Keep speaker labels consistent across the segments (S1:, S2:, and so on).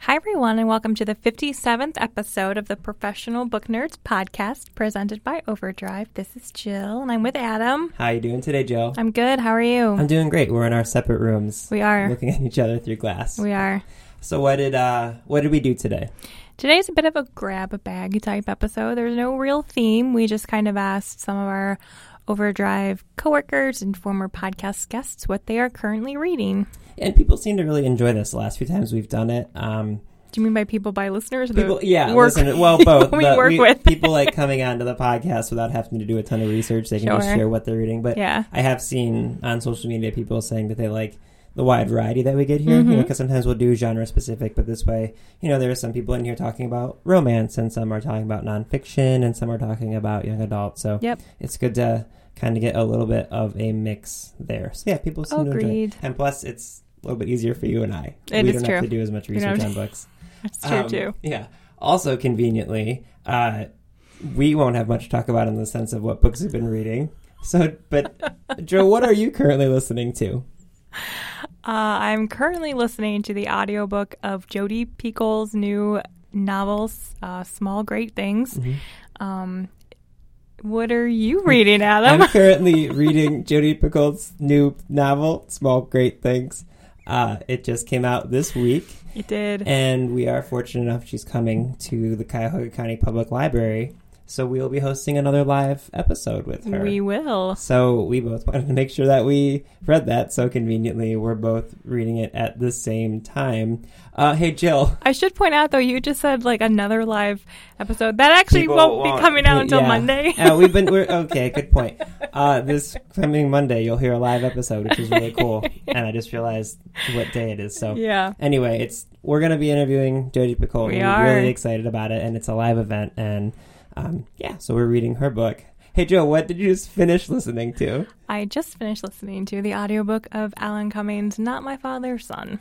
S1: Hi, everyone, and welcome to the 57th episode of the Professional Book Nerds podcast presented by Overdrive. This is Jill, and I'm with Adam.
S2: How you doing today, Jill?
S1: I'm good. How are you?
S2: I'm doing great. We're in our separate rooms.
S1: Oh. We are.
S2: looking at each other through glass.
S1: we are.
S2: So what did uh what did we do today?
S1: Today's a bit of a grab a bag type episode. There's no real theme. We just kind of asked some of our Overdrive coworkers and former podcast guests what they are currently reading.
S2: And people seem to really enjoy this the last few times we've done it. Um
S1: Do you mean by people, by listeners? or the
S2: people yeah,
S1: work-
S2: listen, well both
S1: we
S2: but
S1: work with.
S2: people like coming onto the podcast without having to do a ton of research. They can just
S1: Sure.
S2: share what they're reading. But
S1: Yeah.
S2: I have seen on social media people saying that they like the wide variety that we get here,
S1: Mm-hmm.
S2: you know, because sometimes we'll do genre specific, but this way, you know, there are some people in here talking about romance, and some are talking about nonfiction, and some are talking about young adults. So
S1: Yep.
S2: it's good to kind of get a little bit of a mix there. So yeah, people seem to enjoy
S1: Agreed.
S2: it, and plus it's a little bit easier for you and I.
S1: It
S2: we
S1: is
S2: don't
S1: true.
S2: have to do as much
S1: don't
S2: research
S1: have
S2: on books.
S1: That's true,
S2: Um,
S1: too.
S2: Yeah. Also, conveniently, uh, we won't have much to talk about in the sense of what books we've been reading. So, but Joe, what are you currently listening to?
S1: Uh, I'm currently listening to the audiobook of Jodi Picoult's new novel, uh, Small Great Things.
S2: Mm-hmm.
S1: Um, what are you reading,
S2: I'm
S1: Adam?
S2: currently reading Jodi Picoult's new novel, Small Great Things. Uh, it just came out this week,
S1: you did.
S2: and we are fortunate enough she's coming to the Cuyahoga County Public Library. So we will be hosting another live episode with her.
S1: we will.
S2: So we both wanted to make sure that we read that. So conveniently, we're both reading it at the same time. Uh, hey, Jill.
S1: I should point out, though, you just said like another live episode. That actually won't, be coming out until
S2: Yeah.
S1: Monday.
S2: Uh, we've been we're, okay. Good point. Uh, this coming Monday, you'll hear a live episode, which is really cool. and I just realized what day it is. So
S1: yeah.
S2: Anyway, it's we're gonna be interviewing Jodie Picoult.
S1: We
S2: and
S1: are.
S2: really excited about it, and it's a live event. And um, yeah, so we're reading her book. Hey, Joe, what did you just finish listening to?
S1: I just finished listening to the audiobook of Alan Cummings' Not My Father's Son.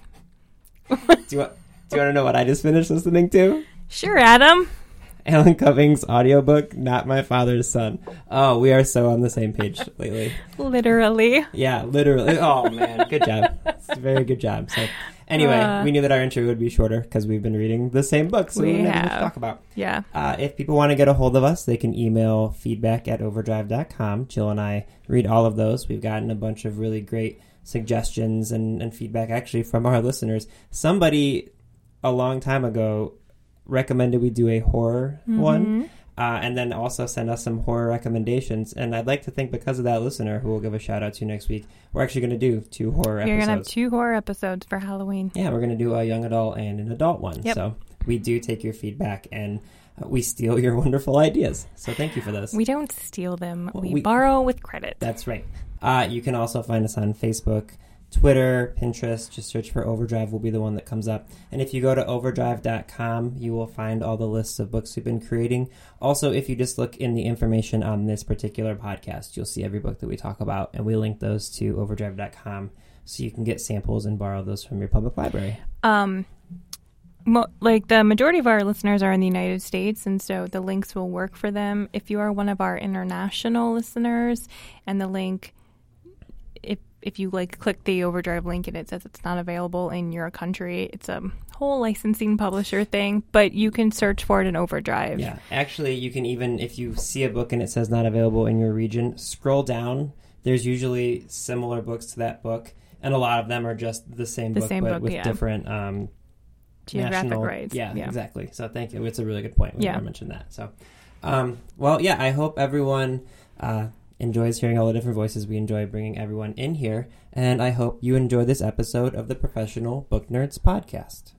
S2: Do you want, do you want to know what I just finished listening to?
S1: Sure, Adam.
S2: Alan Cummings audiobook, Not My Father's Son. Oh, we are so on the same page lately.
S1: Literally.
S2: Yeah, literally. Oh, man. Good job. It's a very good job. So, anyway,
S1: Uh.
S2: we knew that our intro would be shorter because we've been reading the same book, so we,
S1: We
S2: didn't have much to
S1: have.
S2: talk about.
S1: Yeah.
S2: Uh, if people want to get a hold of us, they can email feedback at overdrive.com. Jill and I read all of those. We've gotten a bunch of really great suggestions and, and feedback actually from our listeners. Somebody a long time ago recommended we do a horror
S1: Mm-hmm.
S2: one. Uh, and then also send us some horror recommendations. And I'd like to think because of that listener, who we'll give a shout out to next week, we're actually going to do two horror
S1: You're
S2: episodes.
S1: going to have two horror episodes for Halloween.
S2: Yeah, we're going to do a young adult and an adult one.
S1: Yep.
S2: So we do take your feedback and uh, we steal your wonderful ideas. So thank you for those.
S1: We don't steal them.
S2: Well,
S1: we,
S2: we-
S1: borrow with credit.
S2: That's right. Uh, you can also find us on Facebook, Twitter, Pinterest. Just search for Overdrive, will be the one that comes up. And if you go to overdrive.com, you will find all the lists of books we've been creating. Also, if you just look in the information on this particular podcast, you'll see every book that we talk about. And we link those to overdrive.com so you can get samples and borrow those from your public library.
S1: Um, mo- like the majority of our listeners are in the United States, and so the links will work for them. If you are one of our international listeners, and the link, if if you like click the Overdrive link and it says it's not available in your country, it's a whole licensing publisher thing, but you can search for it in Overdrive.
S2: Yeah, actually, you can even if you see a book and it says not available in your region, scroll down. There's usually similar books to that book, and a lot of them are just the same
S1: The
S2: book,
S1: same
S2: but
S1: book,
S2: with
S1: yeah.
S2: different um,
S1: Geographic
S2: national-
S1: rights.
S2: Yeah,
S1: Yeah.
S2: exactly. So thank you. It's a really good point. We
S1: Yeah.
S2: never mentioned that. So, um, well, yeah. I hope everyone uh, enjoys hearing all the different voices. We enjoy bringing everyone in here, and I hope you enjoy this episode of the Professional Book Nerds podcast.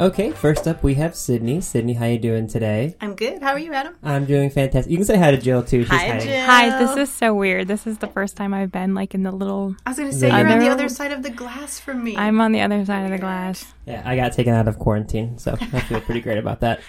S2: Okay, first up we have Sydney. Sydney, how you doing today?
S3: I'm good. How are you, Adam?
S2: I'm doing fantastic. You can say hi to Jill too. She's hiding.
S1: Hi, this is so weird. This is the first time I've been like in the little.
S3: I was going to say you're on
S1: Other-
S3: the other side of the glass from me.
S1: I'm on the other side of the glass.
S2: Yeah, I got taken out of quarantine, so I feel pretty great about that.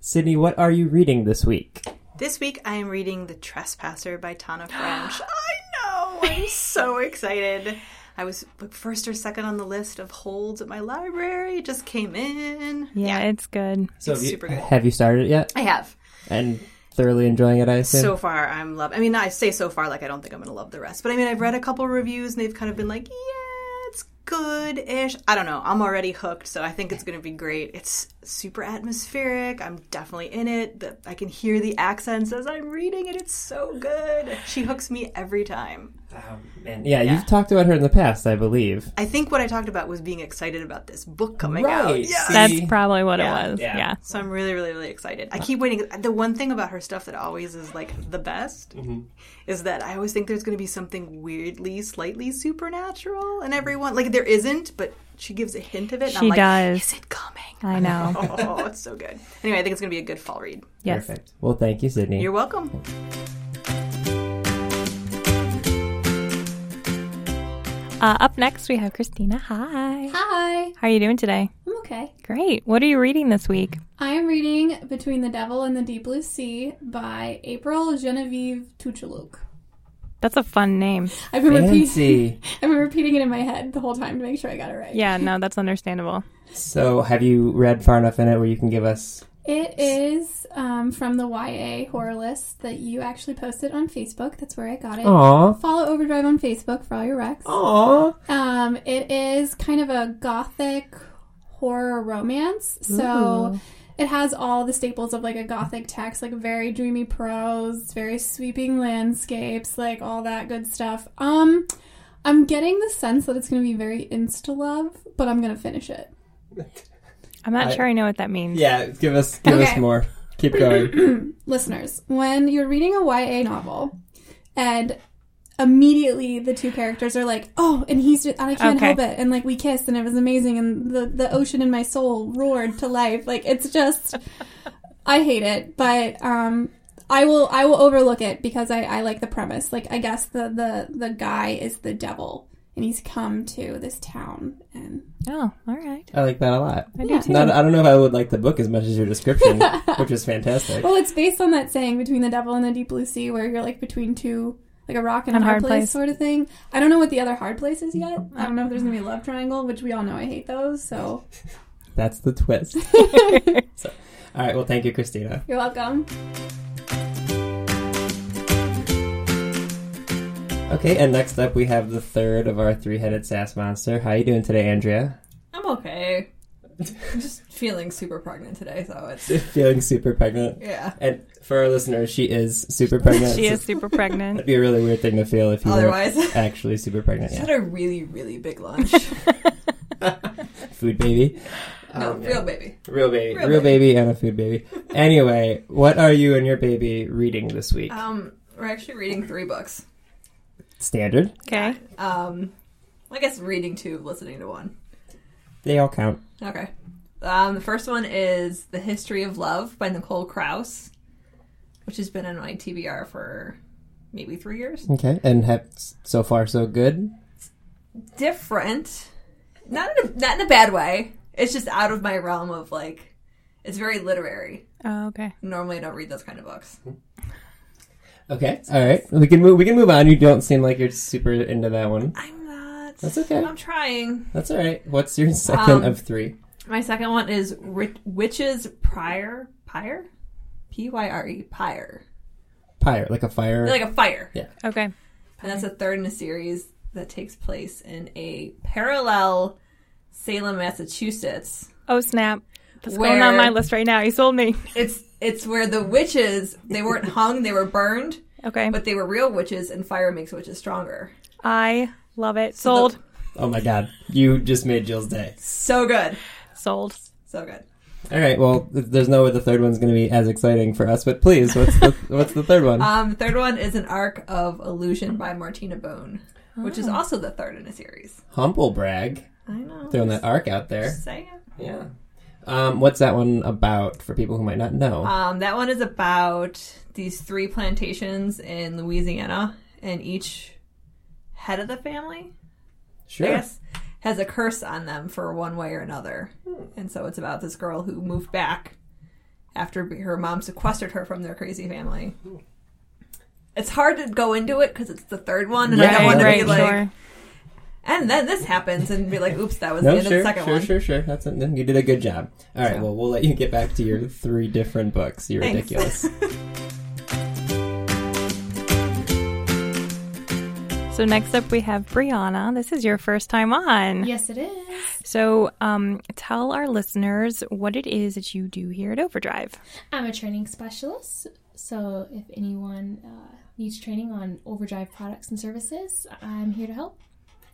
S2: Sydney, what are you reading this week?
S3: This week I am reading The Trespasser by Tana French. I know! I'm so excited. I was like, first or second on the list of holds at my library. It just came in.
S1: Yeah, it's good.
S2: So have you,
S3: super good.
S2: Have you started it yet?
S3: I have.
S2: And thoroughly enjoying it, I assume.
S3: So far, I'm love. I mean, I say so far like I don't think I'm going to love the rest. But I mean, I've read a couple reviews and they've kind of been like, yeah, it's good ish. I don't know. I'm already hooked, so I think it's going to be great. It's super atmospheric. I'm definitely in it. The, I can hear the accents as I'm reading it. It's so good. She hooks me every time.
S2: And Um, yeah, you've talked about her in the past, I believe.
S3: I think what I talked about was being excited about this book coming out.
S2: Right.
S3: Yeah.
S2: See?
S1: That's probably what
S3: Yeah,
S1: it was.
S2: yeah.
S1: Yeah.
S3: So I'm really, really, really excited. I keep waiting. The one thing about her stuff that always is like the best
S2: Mm-hmm.
S3: is that I always think there's going to be something weirdly, slightly supernatural, and everyone like there isn't, but she gives a hint of it. And I'm
S1: She
S3: like,
S1: does.
S3: Is it coming?
S1: I know.
S3: Oh, it's so good. Anyway, I think it's going to be a good fall read.
S1: Yes.
S2: Perfect. Well, thank you, Sydney.
S3: You're welcome.
S1: Uh, up next, we have Christina. Hi.
S4: Hi,
S1: How are you doing today?
S4: I'm okay.
S1: Great. What are you reading this week?
S4: I am reading Between the Devil and the Deep Blue Sea by April Genevieve Tucheluk.
S1: That's a fun name.
S4: I've been repeating
S2: Fancy.
S4: I've been repeating it in my head the whole time to make sure I got it right.
S1: Yeah, no, that's understandable.
S2: so, have you read far enough in it where you can give us?
S4: It is um, from the YA horror list that you actually posted on Facebook. That's where I got it.
S2: Aw,
S4: Follow Overdrive on Facebook for all your recs.
S2: aw.
S4: Um, it is kind of a gothic horror romance. So it has all the staples of like a gothic text, like very dreamy prose, very sweeping landscapes, like all that good stuff. Um, I'm getting the sense that it's going to be very insta love, but I'm going to finish it.
S1: I'm not
S2: I-
S1: sure I know what that means.
S2: Yeah, give us, give us
S4: Okay.
S2: more. Keep going.
S4: listeners, when you're reading a YA novel and immediately the two characters are like, "Oh, and he's just, and I can't
S1: Okay.
S4: help it." And like we kissed and it was amazing and the the ocean in my soul roared to life. Like it's just I hate it, but um I will I will overlook it because I, I like the premise. Like I guess the, the the guy is the devil and he's come to this town and
S1: Oh, all right.
S2: I like that a lot.
S1: I
S4: Yeah.
S1: do too.
S2: Not, I don't know if I would like the book as much as your description, which is fantastic.
S4: Well, it's based on that saying between the devil and the deep blue sea, where you're like between two, like a rock and a
S1: And
S4: hard,
S1: hard
S4: place,
S1: place.
S4: sort of thing. I don't know what the other hard place is yet. I don't know if there's gonna be a love triangle, which we all know I hate those. So
S2: That's the twist. So, all right. Well, thank you, Christina.
S4: you're welcome.
S2: Okay, and next up we have the third of our three-headed sass monster. How you doing today, Andrea?
S5: I'm okay. I'm just feeling super pregnant today, so it's
S2: Feeling super pregnant.
S5: yeah.
S2: And for our listeners, she is super pregnant.
S1: She
S2: So
S1: is super pregnant.
S2: That'd be a really weird thing to feel if you were
S5: Otherwise,
S2: actually super pregnant.
S5: just
S2: Yeah.
S5: had a really, really big lunch.
S2: Food baby.
S5: no,
S2: Um,
S5: real baby.
S2: Real baby. Real,
S5: Real
S2: baby. and a food baby. anyway, what are you and your baby reading this week?
S5: Um, we're actually reading three books.
S2: Standard.
S1: Okay.
S5: Um, I guess reading two, listening to one.
S2: They all count.
S5: Okay. Um, the first one is The History of Love by Nicole Krauss, which has been in my TBR for maybe three years.
S2: Okay. And have so far so good.
S5: different. Not in a, not in a bad way. It's just out of my realm of like. It's very literary.
S1: Oh, okay.
S5: Normally, I don't read those kind of books.
S2: Okay. All right. We can move. We can move on. You don't seem like you're super into that one.
S5: I'm not.
S2: That's okay.
S5: I'm trying.
S2: That's all right. What's your second
S5: Um,
S2: of three?
S5: My second one is Ri- Witches Pyre. Pyre? P Y R E. Pyre.
S2: Pyre, like a fire.
S5: Like a fire.
S2: Yeah.
S1: Okay.
S5: And that's the third in a series that takes place in a parallel Salem, Massachusetts,
S1: Oh, snap. That's going
S5: Where-
S1: on my list right now. You sold me.
S5: It's it's where the witches they weren't hung, they were burned,
S1: Okay.
S5: but they were real witches, and fire makes witches stronger.
S1: I love it. Sold.
S2: oh my god, you just made Jill's day.
S5: So good,
S1: Sold.
S5: so good.
S2: All right. Well, th- there's no way the third one's going to be as exciting for us. But please, what's the what's the third one?
S5: Um, the third one is an arc of illusion by Martina Bone, which
S1: Oh.
S5: is also the third in a series.
S2: Humble brag.
S5: I know.
S2: Throwing that arc out there.
S5: Saying
S2: Yeah. Um, what's that one about for people who might not know?
S5: Um, that one is about these three plantations in Louisiana, and each head of the family,
S2: sure.
S5: I guess, has a curse on them for one way or another.
S2: Hmm.
S5: And so it's about this girl who moved back after be- her mom sequestered her from their crazy family.
S2: Hmm.
S5: It's hard to go into it because it's the third one, and I
S2: Right,
S5: don't want to be
S2: right,
S5: like, and then this happens, and be like, oops, that was the
S2: No,
S5: end of
S2: sure,
S5: the second
S2: sure,
S5: one.
S2: sure, sure. That's it. you did a good job. All right,
S5: So.
S2: well, we'll let you get back to your three different books. You're
S5: Thanks.
S2: ridiculous.
S1: So next up we have Brianna. This is your first time on.
S4: Yes, it is.
S1: So um, tell our listeners what it is that you do here at Overdrive.
S6: I'm a training specialist, so if anyone uh, needs training on Overdrive products and services, I'm here to help.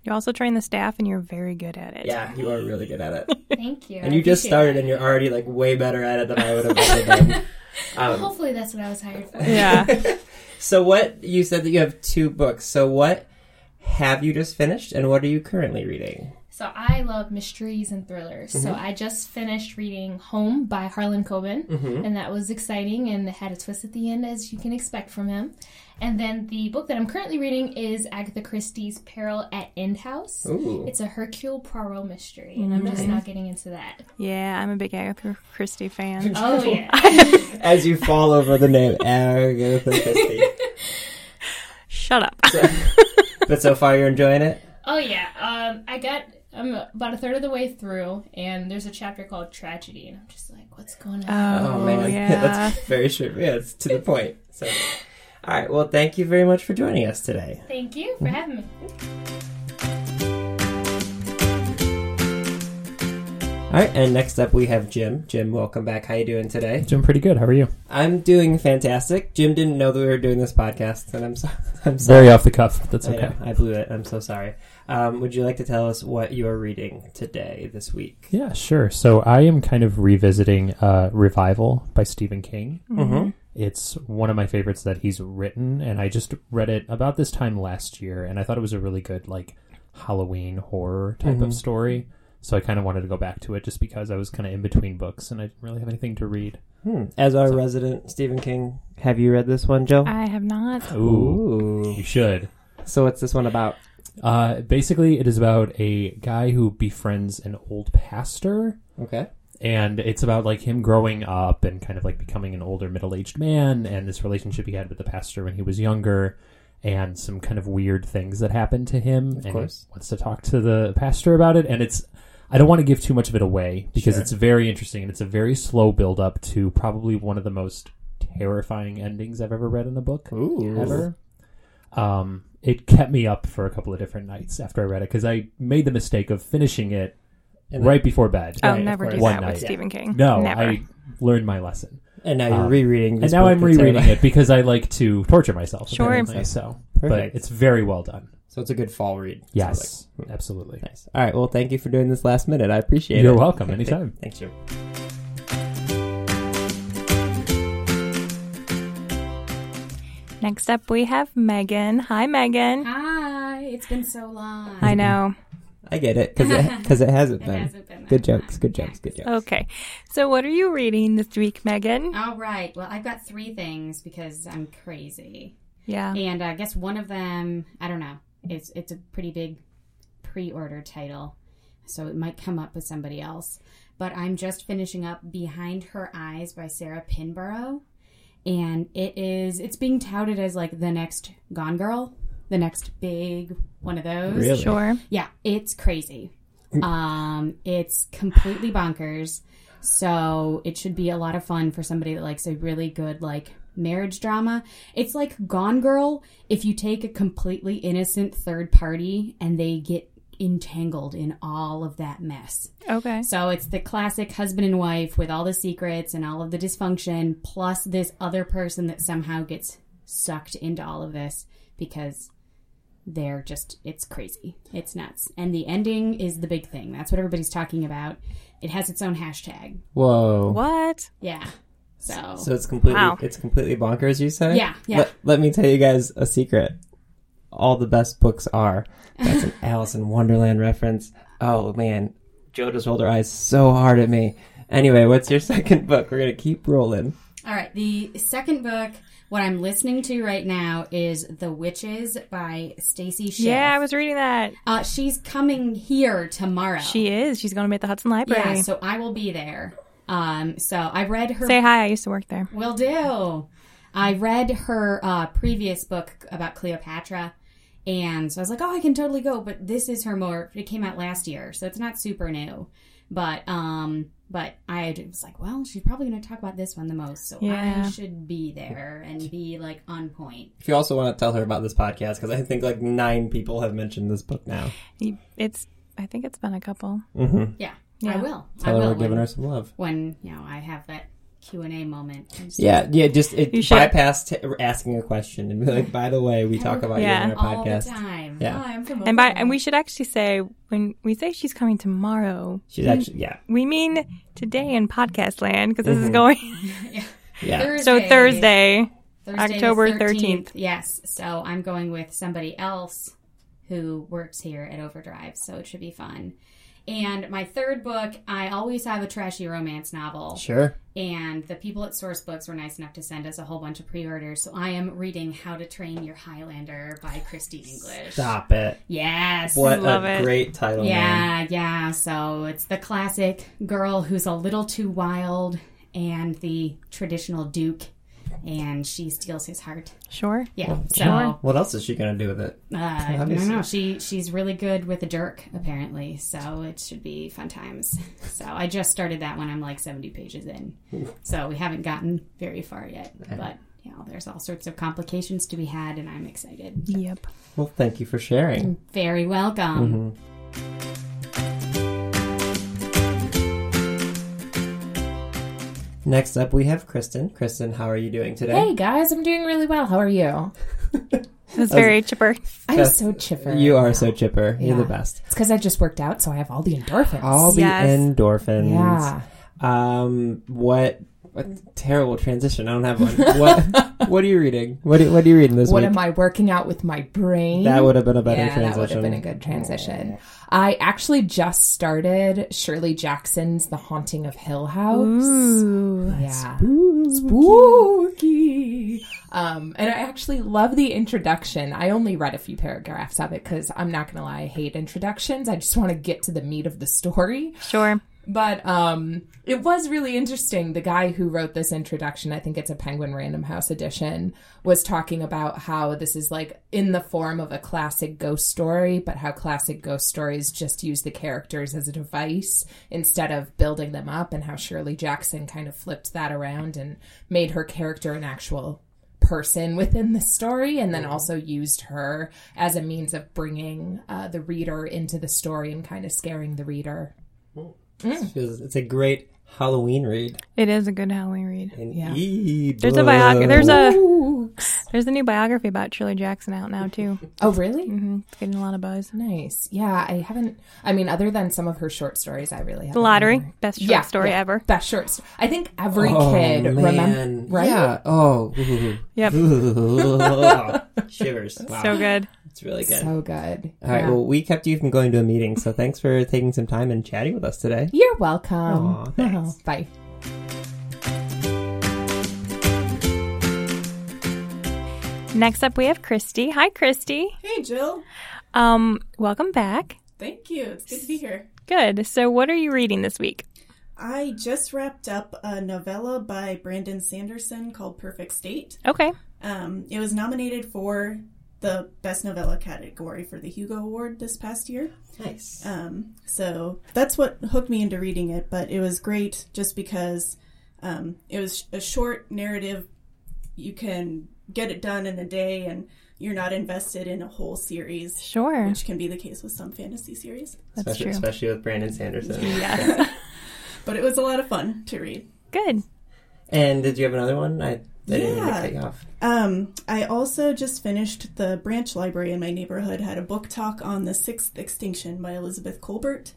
S1: You also train the staff, and you're very good at it.
S2: yeah, you are really good at it.
S6: Thank you.
S2: And
S6: I
S2: you just
S6: appreciate
S2: started,
S6: that.
S2: and you're already like way better at it than I would have ever been. Um,
S6: Hopefully, that's what I was hired for.
S1: Yeah.
S2: so, what you said that you have two books. So, what have you just finished, and what are you currently reading?
S6: So I love mysteries and thrillers. So
S2: Mm-hmm.
S6: I just finished reading Home by Harlan Coben,
S2: Mm-hmm.
S6: and that was exciting and had a twist at the end, as you can expect from him. And then the book that I'm currently reading is Agatha Christie's Peril at End House.
S2: Ooh.
S6: It's a Hercule Poirot mystery, and I'm just not getting into that.
S1: yeah, I'm a big Agatha Christie fan.
S6: Oh yeah.
S2: As you fall over the name Agatha Christie.
S1: Shut up.
S2: But so far, you're enjoying it.
S6: Oh yeah, um, I got I'm about a third of the way through, and there's a chapter called Tragedy, and I'm just like, what's going on?
S2: Oh, man,
S1: yeah.
S2: that's very sure. Yeah, it's to the point. So, all right. Well, thank you very much for joining us today.
S6: Thank you for having me.
S2: All right, and next up we have Jim. Jim, welcome back. How you doing today?
S7: Doing pretty good. How are you?
S2: I'm doing fantastic. Jim didn't know that we were doing this podcast, and I'm so I'm sorry.
S7: Very off the cuff. but That's
S2: I, know,
S7: okay.
S2: I blew it. I'm so sorry. Um, would you like to tell us what you are reading today, this week?
S7: Yeah, sure. So I am kind of revisiting uh, Revival by Stephen King.
S2: Mm-hmm.
S7: It's one of my favorites that he's written, and I just read it about this time last year, and I thought it was a really good, like, Halloween horror type
S2: Mhm.
S7: of story. So I kind of wanted to go back to it just because I was kind of in between books and I didn't really have anything to read.
S2: Hmm. As our resident Stephen King, have you read this one, Joe?
S1: I have not.
S7: Ooh, you should.
S2: So what's this one about?
S7: Uh, basically, it is about a guy who befriends an old pastor
S2: Okay.
S7: and it's about like him growing up and kind of like becoming an older middle-aged man and this relationship he had with the pastor when he was younger and some kind of weird things that happened to him and
S2: course.
S7: he wants to talk to the pastor about it and it's I don't want to give too much of it away because
S2: Sure.
S7: it's very interesting and it's a very slow build up to probably one of the most terrifying endings I've ever read in a book
S2: Ooh.
S7: ever. Um, it kept me up for a couple of different nights after I read it because I made the mistake of finishing it
S2: And
S7: right before bed.
S1: I'll
S2: Right, of
S1: Oh, never do
S2: course.
S7: One
S1: that
S7: night.
S1: with Stephen King.
S7: No,
S1: never.
S7: I learned my lesson,
S2: And now you're
S7: Um,
S2: rereading.
S7: and
S2: This
S7: now
S2: book
S7: I'm
S2: that's
S7: rereading
S2: out.
S7: it because I like to torture myself.
S1: Sure.
S7: apparently, so but
S2: Perfect.
S7: it's very well done.
S2: So it's a good fall read. sounds like. Hmm.
S7: Yes, absolutely.
S2: Nice. All right. Well, thank you for doing this last minute. I appreciate it.
S7: You're welcome. Anytime.
S2: Thanks, Jim.
S1: Next up we have Megan. Hi, Megan.
S4: Hi, it's been so long.
S1: I know.
S2: I get it because it, 'cause it hasn't been.
S4: hasn't been that
S2: good jokes. Good jokes. Good jokes.
S1: Okay. So, what are you reading this week, Megan?
S8: All right. Well, I've got three things because I'm crazy,
S1: Yeah.
S8: and I guess one of them, I don't know. It's it's a pretty big pre-order title, so it might come up with somebody else. But I'm just finishing up "Behind Her Eyes" by Sarah Pinborough, and it is it's being touted as like the next Gone Girl, the next big one of those.
S2: Really?
S1: Sure.
S8: Yeah, it's crazy. Um, it's completely bonkers. So it should be a lot of fun for somebody that likes a really good like marriage drama. It's like Gone Girl if you take a completely innocent third party and they get entangled in all of that mess.
S1: Okay.
S8: So it's the classic husband and wife with all the secrets and all of the dysfunction, plus this other person that somehow gets sucked into all of this because they're just, it's crazy. It's nuts. And the ending is the big thing. That's what everybody's talking about. It has its own hashtag.
S2: Whoa.
S1: What?
S8: Yeah. So,
S2: So it's completely
S1: Wow.
S2: it's completely bonkers. You say?
S8: Yeah, yeah.
S2: Let, let me tell you guys a secret. All the best books are. That's an Alice in Wonderland reference. Oh man, Joe just rolled her eyes so hard at me. Anyway, what's your second book? We're going to keep rolling.
S8: All right. The second book, what I'm listening to right now, is The Witches by Stacy Schiff.
S1: Yeah, I was reading that.
S8: Uh, she's coming here tomorrow.
S1: She is. She's going to be at the Hudson Library.
S8: Yeah, so I will be there. Um, so I read her.
S1: Say hi. I used to work there.
S8: Will do. I read her uh, previous book about Cleopatra, and so I was like, oh, I can totally go. But this is her more. It came out last year, so it's not super new. But um, but I was like, well, she's probably going to talk about this one the most, so I
S1: Yeah.
S8: should be there and be like on point.
S2: If you also want to tell her about this podcast, because I think like nine people have mentioned this book now.
S1: It's. I think it's been a couple.
S8: Yeah, I will.
S1: Yeah.
S2: Mm-hmm. Tell
S8: I
S2: her
S8: will
S2: we're giving
S8: when,
S2: her some love.
S8: when you know I have that Q and A moment. I'm just-
S2: Yeah, yeah. Just it,
S1: You should.
S2: bypass t- asking a question and be like, by the way, we talk about
S1: Yeah.
S2: you on our
S8: all
S2: podcast.
S8: the time.
S2: Yeah.
S8: Oh, I'm from
S1: And by and we should actually say when we say she's coming tomorrow,
S2: She's actually yeah, Mm-hmm.
S1: we mean today in podcast land because this is going
S2: yeah.
S1: so Thursday.
S8: Thursday the
S1: October 13th.
S8: Yes. So I'm going with somebody else who works here at Overdrive, so it should be fun. And my third book, I always have a trashy romance novel.
S2: Sure.
S8: And the people at Source Books were nice enough to send us a whole bunch of pre orders. So I am reading How to Train Your Highlander by Christy English.
S2: Stop it.
S8: Yes.
S2: What
S1: love
S2: a
S1: it.
S2: great title. man.
S8: Yeah, yeah. So it's the classic girl who's a little too wild and the traditional duke, and she steals his heart.
S1: Sure.
S8: Yeah. So
S2: What else is she gonna do with it?
S8: uh, I
S2: Obviously.
S8: don't know. She she's really good with a jerk apparently. So it should be fun times. So I just started that one. I'm like 70 pages in. So we haven't gotten very far yet, but. You know, there's all sorts of complications to be had, and I'm excited.
S1: Yep.
S2: Well, thank you for sharing. Mm-hmm.
S8: Very welcome.
S2: Next up, we have Kristen. Kristen, how are you doing today?
S9: Hey guys, I'm doing really well. How are you?
S1: It's very chipper.
S9: I'm
S2: Best-
S9: so chipper.
S2: You are so chipper. You're the
S9: Yeah.
S2: best.
S9: It's because I just worked out, so I have all the endorphins.
S2: All the
S1: Yes.
S2: endorphins.
S9: yeah.
S2: Um. What? What terrible transition. I don't have one. What? what are you reading? What are, What are you reading this
S9: What
S2: week?
S9: am I working out with my brain?
S2: That would have been a better
S9: yeah,
S2: transition.
S9: that would have been a good transition. I actually just started Shirley Jackson's The Haunting of Hill House. Yeah. Spooky. Um, and I actually love the introduction. I only read a few paragraphs of it because I'm not going to lie, I hate introductions. I just want to get to the meat of the story.
S1: Sure.
S9: But um, it was really interesting. The guy who wrote this introduction, I think it's a Penguin Random House edition, was talking about how this is like in the form of a classic ghost story, but how classic ghost stories just use the characters as a device instead of building them up, and how Shirley Jackson kind of flipped that around and made her character an actual person within the story and then also used her as a means of bringing uh, the reader into the story and kind of scaring the reader
S2: It's it's a great Halloween read.
S1: It is a good Halloween read.
S2: An
S9: Yeah.
S1: There's a
S2: e-book.
S1: biog- there's a
S9: Oops.
S1: there's a new biography about Shirley Jackson out now too.
S9: Oh, really?
S1: hmm It's getting a lot of buzz.
S9: Nice. Yeah, I haven't. I mean, other than some of her short stories, I really haven't.
S1: The lottery, best short
S9: Yeah,
S1: story
S9: yeah.
S1: ever.
S9: Best short. St- I think every
S2: Oh,
S9: kid
S2: man.
S9: remembers. Right?
S2: Yeah. Oh. ooh.
S1: Yep.
S2: Shivers. Wow.
S1: So good.
S2: It's really good.
S9: So good.
S2: All right.
S9: Yeah.
S2: Well, we kept you from going to a meeting, so thanks for taking some time and chatting with us today.
S9: You're welcome.
S2: Aw, thanks.
S9: Bye.
S1: Next up, we have Christy. Hi, Christy.
S5: Hey, Jill.
S1: Um, welcome back.
S5: Thank you. It's good to be here.
S1: Good. So, what are you reading this week?
S10: I just wrapped up a novella by Brandon Sanderson called Perfect State.
S1: Okay.
S10: Um, it was nominated for the Best Novella category for the Hugo Award this past year.
S2: Nice.
S10: Um, so that's what hooked me into reading it, but it was great just because um, it was a short narrative. You can get it done in a day and you're not invested in a whole series,
S1: Sure.
S10: which can be the case with some fantasy series.
S1: That's
S2: especially,
S1: true.
S2: especially with Brandon Sanderson.
S1: Yes.
S10: But it was a lot of fun to read.
S1: Good.
S2: And did you have another one? I, I didn't mean to
S10: Yeah.
S2: cut you off.
S10: Um, I also just finished the branch library in my neighborhood had a book talk on the sixth extinction by Elizabeth Colbert.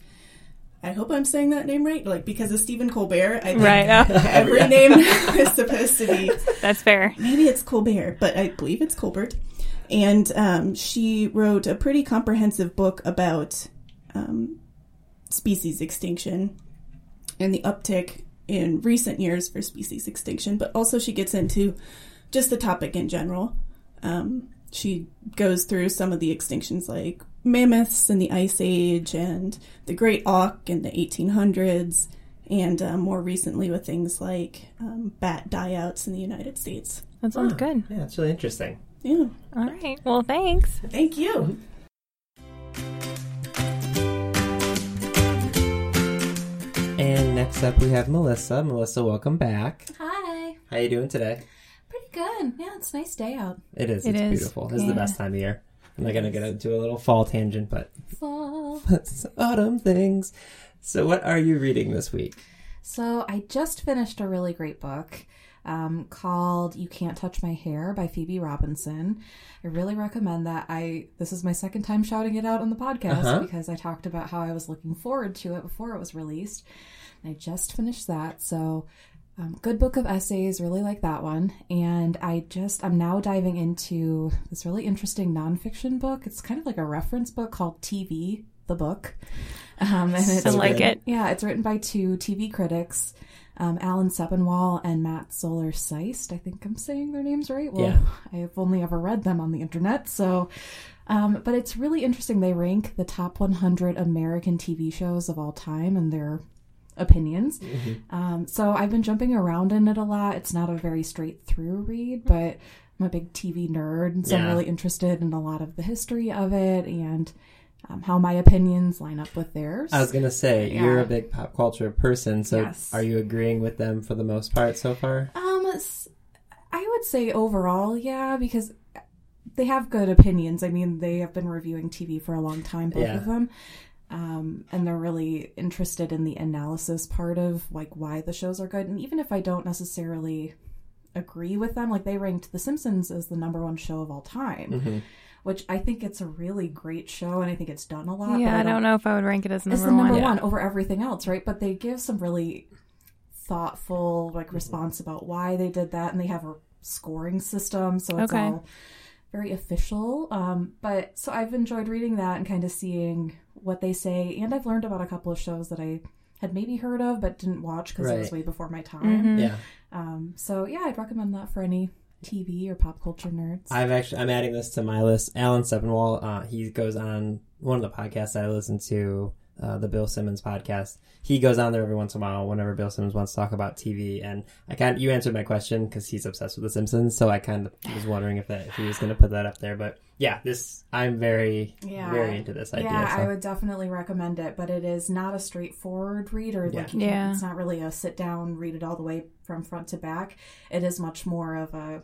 S10: I hope I'm saying that name right, like because of Stephen Colbert. I think
S1: Right. Oh,
S10: every name is supposed to be
S1: that's fair.
S10: maybe it's Colbert, but I believe it's Colbert. And um, she wrote a pretty comprehensive book about um, species extinction and the uptick in recent years for species extinction, but also she gets into just the topic in general. Um, she goes through some of the extinctions like mammoths and the Ice Age and the Great Auk in the 1800s, and uh, more recently with things like um, bat dyouts in the United States.
S1: That sounds
S2: Huh.
S1: good.
S2: Yeah, it's really interesting.
S10: Yeah.
S1: All right. Well, thanks.
S10: Thank you.
S2: And next up, we have Melissa. Melissa, welcome back.
S11: Hi.
S2: How you doing today?
S11: Pretty good. Yeah, it's a nice day out.
S2: It is.
S11: It
S2: it's
S11: is.
S2: beautiful. This is
S11: Yeah.
S2: the best time of year. I'm not gonna get into a little fall tangent, but
S11: Fall.
S2: it's autumn things. So, what are you reading this week?
S11: So I just finished a really great book um, called "You Can't Touch My Hair" by Phoebe Robinson. I really recommend that. I this is my second time shouting it out on the podcast
S8: Uh-huh.
S11: because I talked about how I was looking forward to it before it was released. And I just finished that, so. Um, good book of essays, really like that one. And I just, I'm now diving into this really interesting nonfiction book. It's kind of like a reference book called TV, the book. Um, and it's
S1: I like
S11: written-
S1: it.
S11: Yeah, it's written by two TV critics, um, Alan Seppenwall and Matt Solar Seist. I think I'm saying their names right. Well,
S8: Yeah.
S11: I have only ever read them on the internet, so. Um, but it's really interesting. They rank the top 100 American TV shows of all time and their opinions.
S8: Mhm.
S11: Um, so I've been jumping around in it a lot. It's not a very straight through read, but I'm a big TV nerd, and so I'm
S8: Yeah.
S11: really interested in a lot of the history of it and um, how my opinions line up with theirs.
S2: I was gonna say
S11: Yeah.
S2: you're a big pop culture person, so
S11: Yes.
S2: are you agreeing with them for the most part so far?
S11: Um, s- I would say overall, yeah, because they have good opinions. I mean, they have been reviewing TV for a long time, both
S8: Yeah.
S11: of them. Um, and they're really interested in the analysis part of like why the shows are good. And even if I don't necessarily agree with them, like they ranked The Simpsons as the number one show of all time,
S2: Mm-hmm.
S1: Mhm.
S11: which I think it's a really great show, and I think it's done a lot. but
S1: Yeah, I don't know if I would rank it as
S11: it's
S1: number
S11: the number
S1: one.
S11: one, over everything else, right? But they give some really thoughtful like response about why they did that, and they have a scoring system, so it's
S1: Okay.
S11: all very official. Um, but so I've enjoyed reading that and kind of seeing what they say, and I've learned about a couple of shows that I had maybe heard of but didn't watch because it was
S8: Right.
S11: way before my time.
S1: Mm-hmm.
S2: Mhm. Yeah.
S11: Um, so yeah, I'd recommend that for any TV or pop culture nerds.
S2: I've actually I'm adding this to my list. Alan Steppenwall, uh, he goes on one of the podcasts I listen to, uh, the Bill Simmons podcast. He goes on there every once in a while whenever Bill Simmons wants to talk about TV. And I kind you answered my question because he's obsessed with The Simpsons, so I kind of was wondering if that if he was going to put that up there. But yeah, this I'm very
S11: yeah.
S2: very into this idea.
S11: Yeah,
S2: so.
S11: I would definitely recommend it, but it is not a straightforward read or like
S2: Yeah.
S11: you can't-
S2: Yeah.
S11: it's not really a sit down, read it all the way from front to back. It is much more of a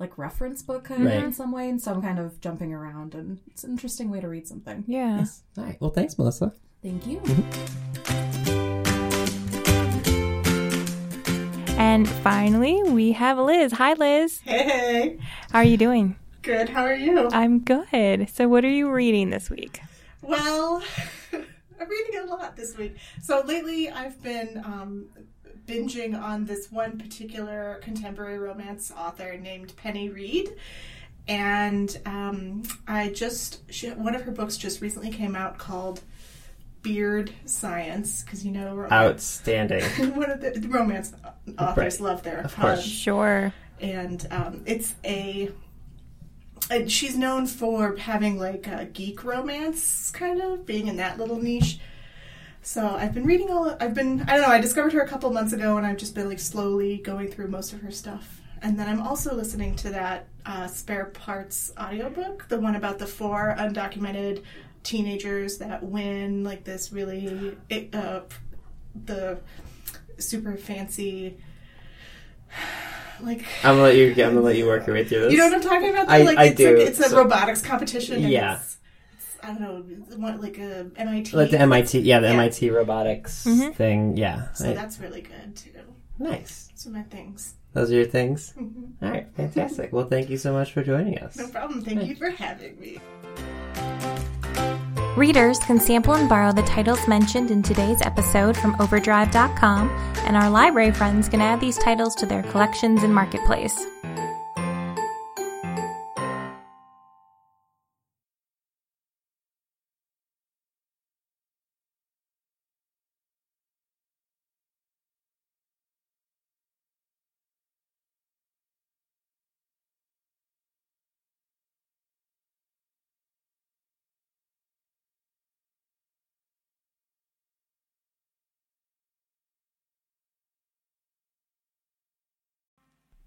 S11: like reference book kind
S2: Right.
S11: of in some way and some kind of jumping around and it's an interesting way to read something.
S1: Yeah.
S2: All right. Well, thanks, Melissa. Mm-hmm.
S11: Thank you.
S1: And finally, we have Liz. Hi, Liz.
S12: Hey.
S1: How are you doing?
S12: Good. How are you?
S1: I'm good. So, what are you reading this week?
S12: Well, I'm reading a lot this week. So lately, I've been um, binging on this one particular contemporary romance author named Penny Reed, and um, I just she, one of her books just recently came out called Beard Science because you know romance-
S2: Outstanding.
S12: one of the the romance
S2: Right.
S12: authors love their
S2: Of course.
S12: pun.
S1: Sure.
S12: and um, it's a and she's known for having like a geek romance kind of being in that little niche so i've been reading all i've been i don't know i discovered her a couple months ago and i've just been like slowly going through most of her stuff and then i'm also listening to that uh, spare parts audiobook the one about the four undocumented teenagers that win like this really it, uh, the super fancy like
S2: I'm gonna let you. I'm gonna let you work your way through this.
S12: you know what I'm talking about? though?
S2: I,
S12: like,
S2: I
S12: it's
S2: do.
S12: Like, it's a
S2: So-
S12: robotics competition. and
S2: Yeah.
S12: It's, it's, I don't know, what, like a MIT.
S2: Like the MIT, yeah, the MIT robotics
S12: Mhm.
S2: thing, yeah.
S12: So
S2: I-
S12: that's really good too.
S2: Nice.
S12: So my things.
S2: Those are your things?
S12: Mhm.
S2: All right, fantastic. Well, thank you so much for joining us.
S12: No problem. Thank you for having me.
S13: Readers can sample and borrow the titles mentioned in today's episode from Overdrive.com, and our library friends can add these titles to their collections and marketplace.